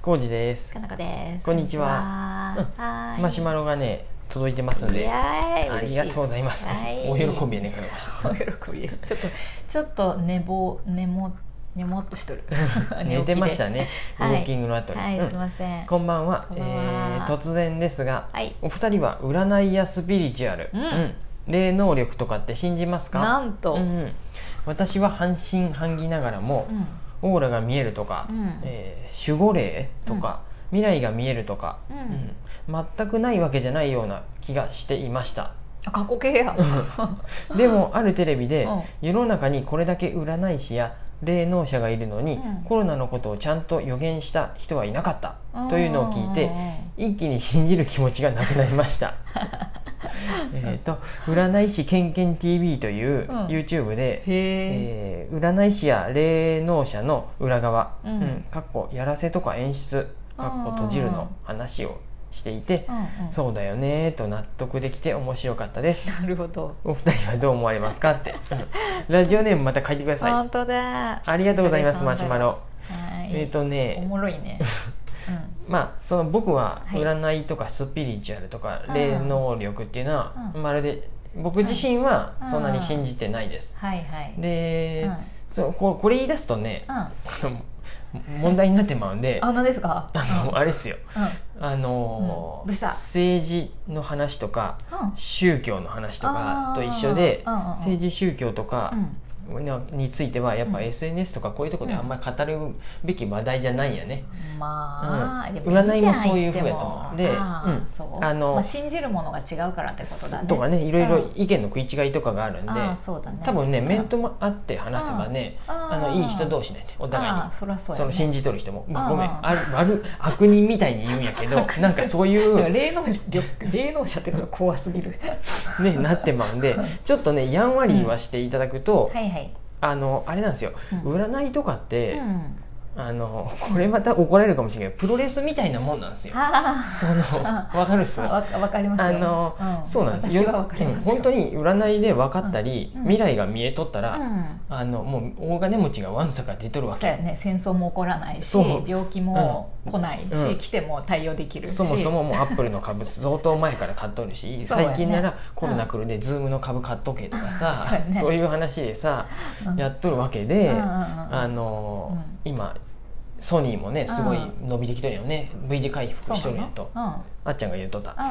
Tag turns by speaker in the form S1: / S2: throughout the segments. S1: コウジです
S2: かなこです。
S1: こんにちは
S2: こんにちは。
S1: マシュマロがね届いてますん
S2: い
S1: で
S2: やー
S1: あ
S2: 嬉
S1: り
S2: し
S1: がとうございます
S2: はい
S1: 大喜びやねかなこ さん。
S2: お喜びです。ちょっとちょっと寝坊寝も寝もっとしとる
S1: 寝てましたねウ
S2: はい
S1: ォーキングの後
S2: 起
S1: に、
S2: きで。はい、
S1: うん
S2: すいません。
S1: こんばんは
S2: こんばんは
S1: えー突然ですが
S2: はい。
S1: お二人は占いやスピリチュアル、
S2: うん
S1: 霊能力とかって信じますか
S2: なんと、う、
S1: うんん私は半信半疑ながらも、オーラが見えるとか、
S2: うん
S1: えー守護霊とか、未来が見えるとか、
S2: うん
S1: うん全くないわけじゃないような気がしていました
S2: あ過去形やん。
S1: でもあるテレビで、
S2: うん
S1: 世の中にこれだけ占い師や霊能者がいるのに、
S2: うん
S1: コロナのことをちゃんと予言した人はいなかったというのを聞いて
S2: うんうんうん
S1: 一気に信じる気持ちがなくなりました えっと占い師けんけん TV という
S2: うん
S1: YouTube で、
S2: へえ。
S1: えー占い師や霊能者の裏側、
S2: うん
S1: うんかっこやらせとか演出かっこ閉じるの話をしていて、
S2: うんうん。
S1: そうだよねーと納得できて面白かったです
S2: なるほど。
S1: お二人はどう思われますかって うんラジオネームまた書いてください
S2: 本当だ。
S1: ありがとうございます
S2: お疲
S1: マ
S2: れ様
S1: シュマロ
S2: はい。
S1: えっ、と
S2: お
S1: ね
S2: もろいね。うん。
S1: まあその僕は
S2: はい
S1: 占いとかスピリチュアルとか
S2: うん
S1: 霊能力っていうのは
S2: うん
S1: まるで僕自身は
S2: うん
S1: そんなに信じてないです
S2: はいはい。
S1: で
S2: うん
S1: そうここれ言い出すとね
S2: うん。あ
S1: 問題になってまうんであ
S2: 何ですか。
S1: のあれですよ
S2: うん。
S1: あの
S2: うんどうした
S1: 政治の話とか
S2: うん。
S1: 宗教の話とか
S2: あー
S1: と一緒で
S2: うんうんうん
S1: 政治宗教とかについてはやっぱ
S2: うん
S1: SNS とかこういうとこであんまり語るべき話題じゃないんやね。
S2: うん、まあ、
S1: うん
S2: でもじゃん
S1: 占いもそういうふうやと思う
S2: 言っても
S1: で
S2: あ
S1: うん
S2: ーそう
S1: あの
S2: まあ、信じるものが違うからってことだね
S1: とかねいろいうろ
S2: ん
S1: 意見の食い違いとかがあるんで
S2: ああそうだね
S1: 多分ね
S2: うん
S1: 面ともあって話せばねあのいい人同士なんでお互い
S2: あ
S1: に
S2: あ。そりゃそうや、
S1: その
S2: ね、
S1: 信じとる人も、まあ
S2: う
S1: ご
S2: ん
S1: めん
S2: うん
S1: ある悪悪人みたいに言うんやけどなんかそうい
S2: いや
S1: う、
S2: 霊能力霊能者ってのが怖すぎる
S1: ね、なってまうんでちょっとねやんわりはしていただくと、
S2: はいはい、
S1: あのあれなんですよ
S2: うん
S1: 占いとかって、
S2: うん、
S1: あのこれまた怒られるかもしれないけどプロレスみたいなもんなんですよ。
S2: あ
S1: その
S2: あ
S1: わかるっす
S2: あわわかりますよ
S1: あの、
S2: うん、
S1: そうなんです
S2: 私はわかりますよ、
S1: うん本当
S2: に、
S1: に占いで分かったり、
S2: うん
S1: 未来が見えとったら、
S2: うん、
S1: あのもう大金持ちがわんさか出とるわ
S2: そうや
S1: け
S2: ね戦争も起こらないし
S1: そう
S2: 病気も来ないし、
S1: うん
S2: 来ても対応できるし
S1: そもそももうアップルの 株相当前から買っとるし
S2: そうやね
S1: 最近ならコロ
S2: う
S1: ナ
S2: ん
S1: 来るでズームの株買っとけとかさ
S2: そうやね
S1: そういう話でさ
S2: うん
S1: やっとるわけで、
S2: うんうんうん
S1: あの
S2: うん
S1: 今ソニーもねすごい
S2: うん
S1: 伸びてきとるよね V 字回復しとるんやと
S2: そう。なのうん
S1: あっちゃんが言うとった、
S2: う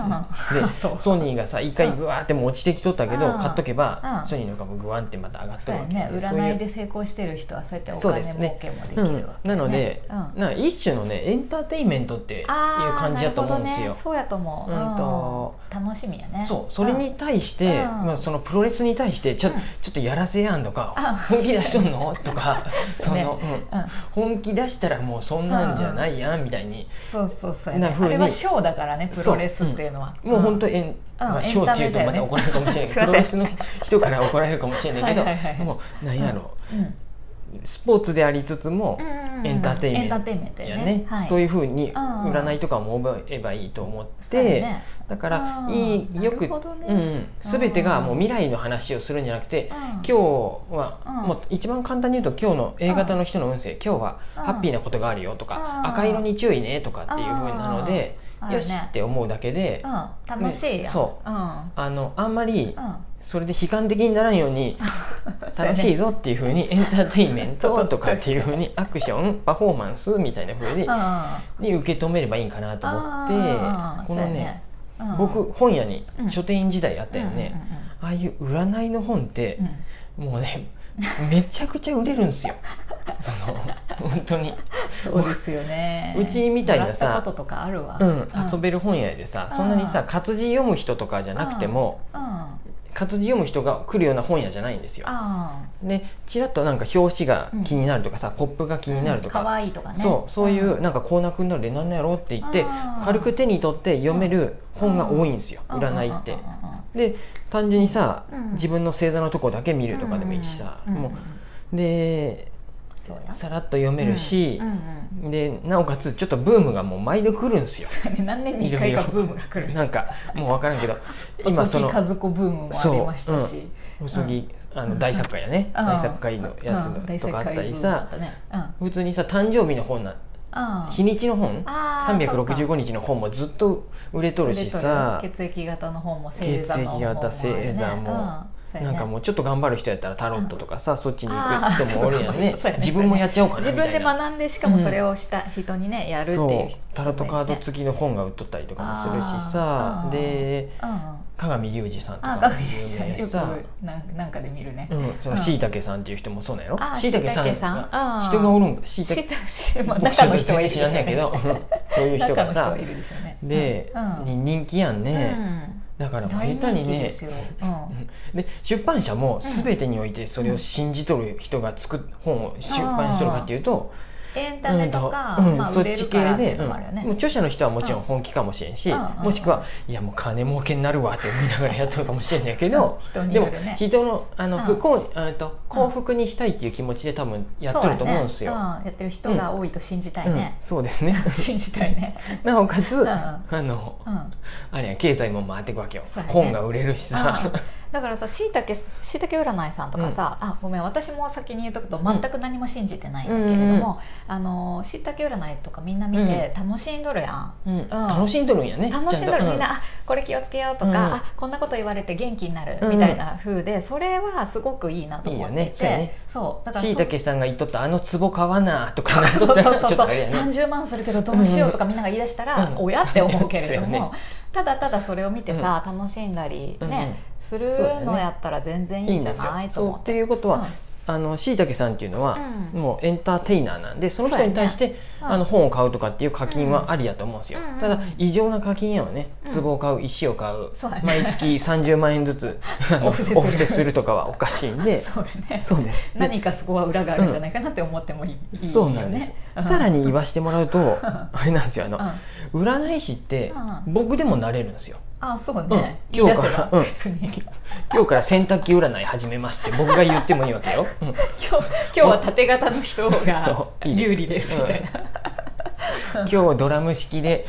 S2: ん うん
S1: で
S2: そう
S1: ソニーがさ一回ぐわーってもう落ちてきとったけど、
S2: うん
S1: 買っとけば、
S2: うん
S1: ソニーの株ぐわんってまた上がっ
S2: そ
S1: と
S2: う
S1: る
S2: や
S1: わけ
S2: ね
S1: そう
S2: 占いで成功してる人はそうやってお金儲けもでき
S1: うう
S2: るわ
S1: ん
S2: け、ね
S1: なので、
S2: うん
S1: なんか一種のねエンターテインメントっていう
S2: あー
S1: 感じだと思うんです
S2: なるほど
S1: よ
S2: ね、。そうやと思う、
S1: うんと
S2: うん楽しみやね
S1: そうそれに対して、
S2: うん
S1: まあ、そのプロレスに対してちょ,、
S2: うん
S1: ちょっとやらせやんとか、
S2: あ
S1: 本気出しとんのとか
S2: そ
S1: そう
S2: ね
S1: の、うん
S2: うん、うん
S1: 本気出したらもうそんなんじゃないやんみたいに、
S2: そうそうそうや
S1: な
S2: ね
S1: 風
S2: あ
S1: に
S2: れはショーだからねプロレスっていうのは
S1: もう本当
S2: に、
S1: にえん、まあ、
S2: エン
S1: ショー
S2: タ
S1: ってい
S2: メ
S1: うと
S2: だよ
S1: ま
S2: ね
S1: た怒られるかもしれないけどプ
S2: すい
S1: ロ
S2: ま
S1: レ
S2: せ
S1: スの人から怒られるかもしれないけど
S2: はいはいはい
S1: もうなんやろ
S2: うんうん
S1: うスポーツでありつつも
S2: うんうんうん
S1: エンターテインメント
S2: エンターテインメント
S1: や
S2: や
S1: ね
S2: ねはい、
S1: そう
S2: う
S1: いうふうに
S2: あー
S1: 占いとかも覚えればいいと思っ
S2: そう
S1: て、
S2: やね
S1: だから
S2: あ
S1: い
S2: ー
S1: いよく、
S2: なるほどね
S1: うんうん、全てがもう未来の話をするんじゃなくて
S2: 今
S1: 今日は、
S2: うん
S1: もう一番簡単に言うと今日の A 型の人の運勢今日は
S2: うん
S1: ハッピーなことがあるよとか
S2: うん
S1: 赤色に注意ねとかっていうふうなので
S2: あ
S1: よ
S2: る
S1: し
S2: ね
S1: って思うだけで
S2: うん、楽しいやん、、
S1: ねそう
S2: うん
S1: あのあんまり
S2: うん、
S1: それで悲観的にならんように楽しいぞっていうふうにエンターテインメン トとかっていうふうにアクションパフォーマンスみたいなふうに
S2: うんう
S1: に
S2: ん
S1: 受け止めればいいんかなと思ってこのね、
S2: そうやねうん
S1: 僕本屋に
S2: うん
S1: 書店員時代あったよねああいう占いの本って
S2: うんうんうんう
S1: も
S2: ん
S1: うねめちゃくちゃ売れるんです よその本当に
S2: そうですよね
S1: うちみたいなさ
S2: もらったこととかあるわ、
S1: うん遊べる本屋でさそんなに
S2: う
S1: さ
S2: ん
S1: 活字読む人とかじゃなくても
S2: うんあ
S1: 活字読む人が来るような本屋じゃないんですよ
S2: あ
S1: でちらっとなんか表紙が気になるとかさ、ポップが気になるとか,、
S2: 可愛いとかね
S1: そうそうい
S2: ん
S1: うなんかこうなくなるでなんなんやろって言って
S2: あー
S1: 軽く手に取って読める本が多いんですよ
S2: うん
S1: 占いって
S2: うんうんうんうん
S1: で単純にさ、
S2: うん
S1: 自分の星座のとこだけ見るとかでもいいしさ、
S2: うんうん
S1: もうで
S2: そうや
S1: さらっと読めるし
S2: うん、うん
S1: でなおかつちょっとブームがもう毎度来るんですよ
S2: そうやね何年に一回かブームが来る
S1: なんかもう分からんけ ど今
S2: 今
S1: そ
S2: その
S1: の
S2: 和子ブームもありましたし、
S1: 細木、あの大作家やね、
S2: うん
S1: 大作家のやつのとかあったりさ、
S2: うん大世界ブームだったね
S1: 普通にさ誕生日の本な
S2: ああ
S1: 日にちの本
S2: ああ
S1: 365日の本もずっと売れとるしさ
S2: レトロ血液型の本も星座
S1: 血
S2: の本
S1: 液
S2: もあるね
S1: 型星座も、
S2: うそうや
S1: な
S2: ね
S1: んかもうちょっと頑張る人やったらタロットとかさそっちに行
S2: あー
S1: く人もおるやんね
S2: ちょっとそうやね
S1: 自分もやっちゃおうかなみた
S2: 自
S1: いな
S2: 分で学んでしかもそれをした人にねやるっていう人もいるし
S1: そ
S2: ね
S1: うタロットカード付きの本が売っとったりとかもするし
S2: あ
S1: さ
S2: ー
S1: で
S2: うんうん
S1: 加賀美隆二さんとか
S2: あ
S1: も
S2: 学
S1: 有
S2: さん
S1: 名や
S2: よ
S1: しさ
S2: くなんなんかで見るね
S1: うん、そのしいたけさんっていう人もそうなんやろ
S2: あー
S1: しいたけさん
S2: 椎茸さんあー
S1: が人がおるんかしいた
S2: 知っ
S1: け
S2: た しまあ中の人はいるでし
S1: 知
S2: ょ
S1: ら
S2: うね
S1: んやけど そういう人
S2: 中の
S1: が
S2: 人
S1: さ
S2: はいるでしょうね
S1: で、
S2: うん
S1: に人気やん
S2: うん
S1: ね、だからもう
S2: 大
S1: 下手
S2: 人
S1: に
S2: 気で
S1: ね
S2: すようん
S1: で出版社も全てにおいてそれを信じとる人が作っ本を出版しとるかっていうと、
S2: エンタメとか
S1: うん
S2: まあ
S1: そ
S2: 売
S1: っ
S2: れる
S1: ち
S2: から
S1: 系
S2: ってい
S1: で、
S2: うのもあるよ
S1: うんもう
S2: ね
S1: 著者の人はもちろん本気かもしれんし、
S2: うんうん
S1: もしくはいやもう金儲けになるわって思いながらやっとるかもしれんやけど
S2: 人に
S1: で
S2: よ
S1: も
S2: るね
S1: 人のあの
S2: う
S1: 不
S2: ん
S1: 幸、えっと幸福にしたいっていう気持ちで多分やっとると思うんですよ。
S2: そだねうんやってる人が多いと信じたいね
S1: うん、そうですね
S2: 信じたいね
S1: なおかつ、
S2: うん
S1: あの
S2: うん
S1: あれや経済も回っていくわけよ、
S2: そうやね
S1: 本が売れるしさ
S2: あ、だからさしいたけしいたけ占いさんとかさ、あごめん私も先に言うとくと
S1: うん
S2: 全く何も信じてないんだけれども、あのしいたけ占いとかみんな見て楽しんどるやん。
S1: うん楽しんどるんやね
S2: 楽しんど
S1: ちゃ
S2: る
S1: と
S2: みんな、あこれ気をつけようとか、
S1: うん
S2: あこんなこと言われて元気になるみたいな風で、それはすごくいいなと思っていて
S1: いいよねそうやね
S2: そうだから
S1: しいたけさんが言っとったあの壺買わなとかなっ
S2: そ
S1: と
S2: う
S1: っ
S2: そう
S1: たら
S2: そう
S1: ちょっ
S2: そ
S1: と
S2: う
S1: あれやね
S2: 30万するけどどうしようとかみんなが言い出したら、
S1: うん
S2: 親って思うけれど
S1: そうや
S2: も、
S1: ね
S2: ただただそれを見てさ、楽しんだり
S1: うんうん
S2: ね、する
S1: そうだよ
S2: の
S1: ね
S2: やったら全然い
S1: い
S2: い
S1: い
S2: ん
S1: ん
S2: じゃ
S1: ですよ
S2: ないと
S1: そう
S2: 思っ
S1: ってていうことは、あのしいたけさんっていうのは、
S2: うん
S1: もうエンターテイナーなんでその人に対して、
S2: うん
S1: あの本を買うとかっていう課金はありやと思うんですよ、
S2: うん
S1: ただ異常な課金やわね
S2: うん
S1: 壺を買う石を買う、
S2: そうだね
S1: 毎月30万円ずつ あの
S2: お布施する
S1: お布施するとかはおかしいん で
S2: そうやね
S1: そうですで
S2: 何かそこは裏があるんじゃないかなって思ってもいい,、いいよね、
S1: そうなんです、さら
S2: に、
S1: に言わしてもらうとあれなんですよあ
S2: う
S1: の
S2: ん、、あ
S1: 占い師って
S2: うん
S1: 僕でもなれるんですよ
S2: そうね、
S1: うん今日から
S2: 言い出せば別に、今
S1: 今日から洗濯機占い始めますって僕が言ってもいいわけよ、うん
S2: 日今日は縦型の人が
S1: そういいです
S2: 有利ですみたいな、
S1: 今日ドラム式で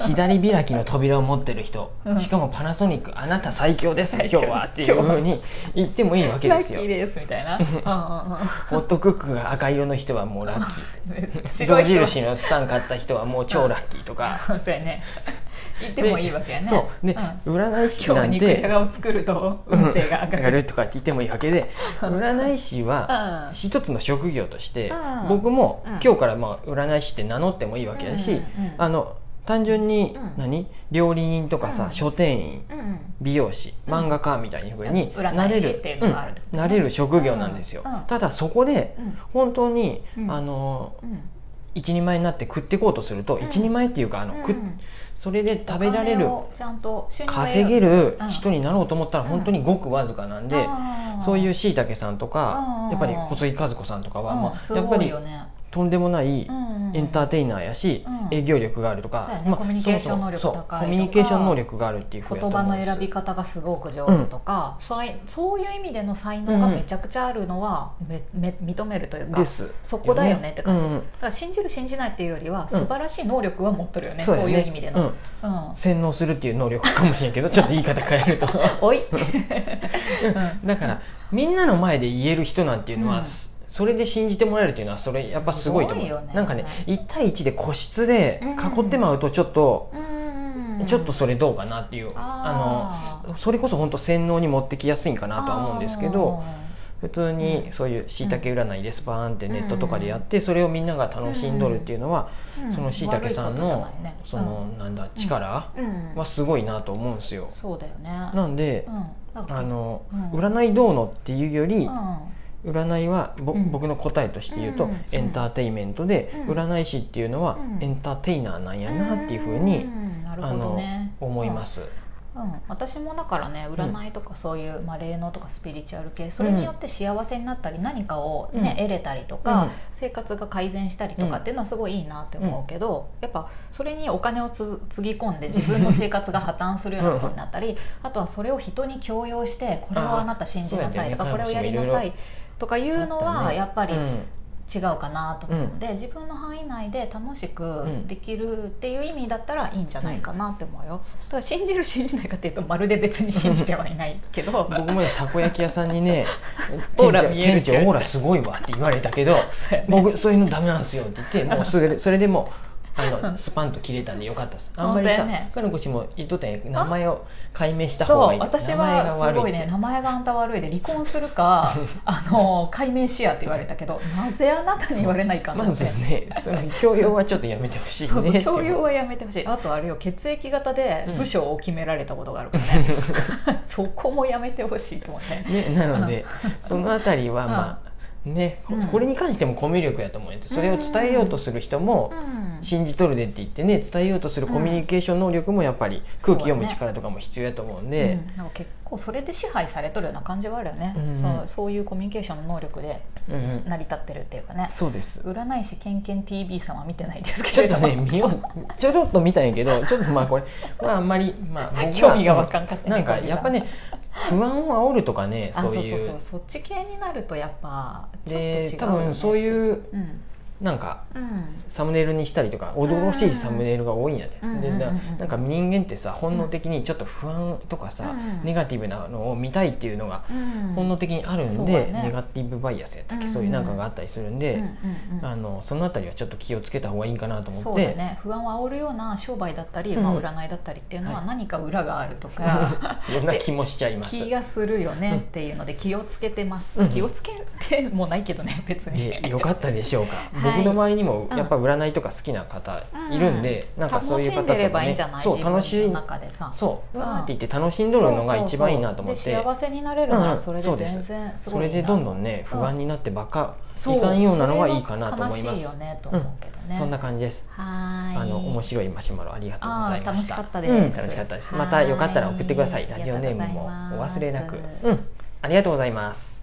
S1: あ左開きの扉を持ってる人、
S2: うん
S1: しかもパナソニックあなた最強です今
S2: 最
S1: 日
S2: 強
S1: はっていうふうに言ってもいいわけ
S2: ラ
S1: で
S2: ッ
S1: す
S2: キ
S1: よ
S2: ーですみた いな、
S1: ホットクックが赤色の人はもうラッキ
S2: うんうんうん、
S1: ー象
S2: 白い人
S1: 印のスタン買った人はもう超ラッキーとか、
S2: そうやね言ってもいいわけやね
S1: そうで、
S2: ん
S1: 占い師
S2: 今
S1: な
S2: 日
S1: ん
S2: 肉じゃ
S1: で
S2: がを作ると運勢が上
S1: 上
S2: が
S1: が
S2: る
S1: るとかって言ってもいいわけで占い師
S2: う
S1: は
S2: ん
S1: 一つの職業として
S2: うん
S1: 僕も
S2: うん
S1: 今日からまあ占い師って名乗ってもいいわけだし、
S2: うんうんうん
S1: あの単純に
S2: うん
S1: 何、料理人とかさ、
S2: うん
S1: 書店員
S2: うん
S1: 美容師漫画家みたいなふうに
S2: うん
S1: なれ
S2: 占い師
S1: る
S2: っていうのがあるってことね
S1: なれる職業なんですよ、
S2: うんうん
S1: ただそこで
S2: うん
S1: 本当に、
S2: うん
S1: あの
S2: うん
S1: 一人前になって食っていこうとすると、
S2: うん
S1: 一人前っていうかあの、
S2: う
S1: く
S2: ん
S1: それで食べられる
S2: お金をちゃんと収入を得
S1: 稼げる
S2: うん
S1: 人になろうと思ったら本当にごくわずかなんで、
S2: あー
S1: そういうしいたけさんとか
S2: うん
S1: やっぱり細井和子さんとかは、
S2: うん
S1: まあ、
S2: す
S1: やっぱ
S2: ごい
S1: り
S2: よね
S1: とんでもないエンターテイナーやし、
S2: うん
S1: 営業力があるとか
S2: そうやねコミュニケーション能力
S1: そもそも
S2: 高い
S1: そう
S2: とか
S1: コミュニケーション能力があるっていうふうやと思
S2: 言
S1: う
S2: 葉
S1: ん
S2: の
S1: です
S2: 選び方がすごく上手とか、そういそういう意味での才能がめちゃくちゃあるのはめめ認めるというか
S1: です
S2: そこだよねって感じ、
S1: うんうん
S2: だから信じる信じないっていうより
S1: う
S2: は
S1: ん
S2: 素晴らしい能力は持っとるよね、
S1: そ
S2: そう
S1: うや
S2: いう意味での、
S1: うん
S2: うん
S1: 洗脳するっていう能力かもしれんけどちょっと言い方変 えると
S2: おい、
S1: だからみんなの前で言える人なんていうのは、
S2: うん
S1: それで信じてもらえるっていうのはそれやっぱすごいと思う
S2: すごいよね
S1: なんかね1対1で個室で囲ってまうとちょっと、
S2: うん
S1: ちょっとそれどうかなっていう、
S2: あ
S1: あ
S2: ー
S1: のそそれこそ本当洗脳に持ってきやすいんかなとは思うんですけど普通
S2: う
S1: に
S2: ん
S1: そういうしいたけ占いですバーンってネットとかでやってそれをみんなが楽しんどるっていうのは
S2: あー、
S1: そのしいたけさんのそのなんだ力
S2: うん、うん
S1: はすごいなと思うんですよ。
S2: そうだよね
S1: なんで、
S2: うん、なんか
S1: あの、
S2: うん
S1: 占いどうのっていうよ
S2: う
S1: り
S2: ん、
S1: 占いはぼ、
S2: うん
S1: 僕の答えとして言うと、
S2: うん
S1: エンターテインメントで、
S2: うん
S1: 占い師っていうのは
S2: うん
S1: エンターテイナーなんやなっていうふうに、
S2: んなる
S1: あ
S2: ほど
S1: の
S2: ね
S1: 思います。
S2: うん、私もだからね占いとかそういう、まあ、霊能とかスピリチュアル系それによって幸せになったり何かを、ね
S1: うん
S2: 得れたりとか、生活が改善したりとかっていうのはすごいいいなって思うけど、やっぱそれにお金をつつぎ込んで自分の生活が破綻するようなことになったりあとはそれを人に強要してこれをあなた信じなさいとか
S1: あー
S2: これをやりなさいとかいうの
S1: あった
S2: は
S1: ね
S2: やっぱり
S1: うん
S2: 違うかなと思うので、自分の範囲内で楽しくできるっていう意味だったらいいんじゃないかなって思うよ、だから信じる信じないかっていうとまるで別に信じてはいないけど
S1: 僕 もねたこ焼き屋さんにね
S2: オーラ
S1: 店
S2: 見える
S1: 長店長オーラすごいわって言われた けど
S2: そうやね
S1: 僕そういうのダメなんですよって 言ってもうそれそれでもうあのスパンと切れたんでよかったですあんまり
S2: 本
S1: さ、
S2: 当やね
S1: 彼の子も言っとったんや名前を解明した方
S2: そ
S1: がいうい
S2: 私
S1: 名前が
S2: は
S1: 悪
S2: すごいね
S1: って
S2: 名前があんた悪いで離婚する かあの解明しやって言われたけどなぜあなたに言われないかな
S1: ま
S2: って、
S1: ずですねその教養はちょっとやめてほしいね
S2: そうそう教養
S1: は
S2: はやめてほしいあとあれよ血液型で部署を決められたことがあるから ね、
S1: ね
S2: そこもやめてほしいと思って
S1: なのでそのあたりはまあね、こ
S2: うん
S1: これに関してもコミュ力やと思うんですそれを伝えようとする人も
S2: うん
S1: 信じとるでって言ってね伝えようとするコミュニケーション能力もやっぱり空気読む
S2: そうだね
S1: 力とかも必要やと思うん
S2: う
S1: で、
S2: んなんか結構それで支配されとるような感じはあるよね、
S1: うんうん
S2: そうそういうコミュニケーションの能力で
S1: うんうん
S2: 成り立ってるっていうかね
S1: そうです
S2: 占い師けんけん TV さんは見てないです
S1: ち
S2: け
S1: ょ
S2: れ
S1: っと
S2: ど
S1: ね見ようちょろっと見たんやけどちょっとまあこれまああんまりまあ僕は
S2: 興味がわかんかったね
S1: なんかやっぱね不安を煽るとかね
S2: あ
S1: そ
S2: そう
S1: う
S2: そうそ
S1: いう
S2: うそっち系になるとやっぱちょっと違うよね
S1: で多分そういう
S2: うん
S1: なんか
S2: うん
S1: サムネイルにしたりとか驚々しいサムネイルが多いんやで,、
S2: うん
S1: で
S2: うんうん
S1: な
S2: うん
S1: なんか人間ってさ本能的にちょっと不安とかさ、
S2: うん
S1: ネガティブなのを見たいっていうのが
S2: うん
S1: 本能的にあるんで、
S2: そうだね
S1: ネガティブバイアスやったっけ、
S2: うん
S1: そういうなんかがあったりするん
S2: うん
S1: で、
S2: うんうん
S1: あのそのあたりはちょっと気をつけた方がいいかなと思って
S2: そうだね不安を煽るような商売だったり、まあ、
S1: うん
S2: 占いだったりっていうのは
S1: はい
S2: 何か裏があると か、
S1: いろんな気もしちゃいます。
S2: 気がするよねっていうので気をつけてます、
S1: うん
S2: 気をつけてもないけ どね別に、
S1: でよかったでしょうか、
S2: はい
S1: 僕の周りにも
S2: うん
S1: やっぱ占いとか好きな方いるんで、なんかそういう方
S2: 楽しん
S1: とか、
S2: でれ
S1: ね
S2: ばいいんじゃない、
S1: そう楽
S2: 自
S1: し
S2: 分
S1: い
S2: の中でさ
S1: そう
S2: うん
S1: わーって言って楽しんどるのが一番いいなと思っ
S2: そう
S1: て
S2: そうそうで幸せになれるならそれ
S1: うん
S2: で
S1: うんそうで
S2: 全
S1: す
S2: 然す
S1: そ
S2: ごい
S1: れ
S2: いいな
S1: でどんどんね
S2: うん
S1: 不安になってばっか
S2: そ
S1: いかんようなのはいいかなと思いま
S2: それは悲しい
S1: す
S2: よねと思うけどね、
S1: そんな感じです
S2: はーい
S1: あの面白いマシュマロありがとうございました
S2: あー楽しかったです
S1: うん楽しかったです
S2: はーい
S1: またよかったら送ってください
S2: あ
S1: ラ
S2: りが
S1: ジ
S2: とう
S1: オ
S2: ござ
S1: ネー
S2: い
S1: ム
S2: ます
S1: もお忘れなくうんありがとうございます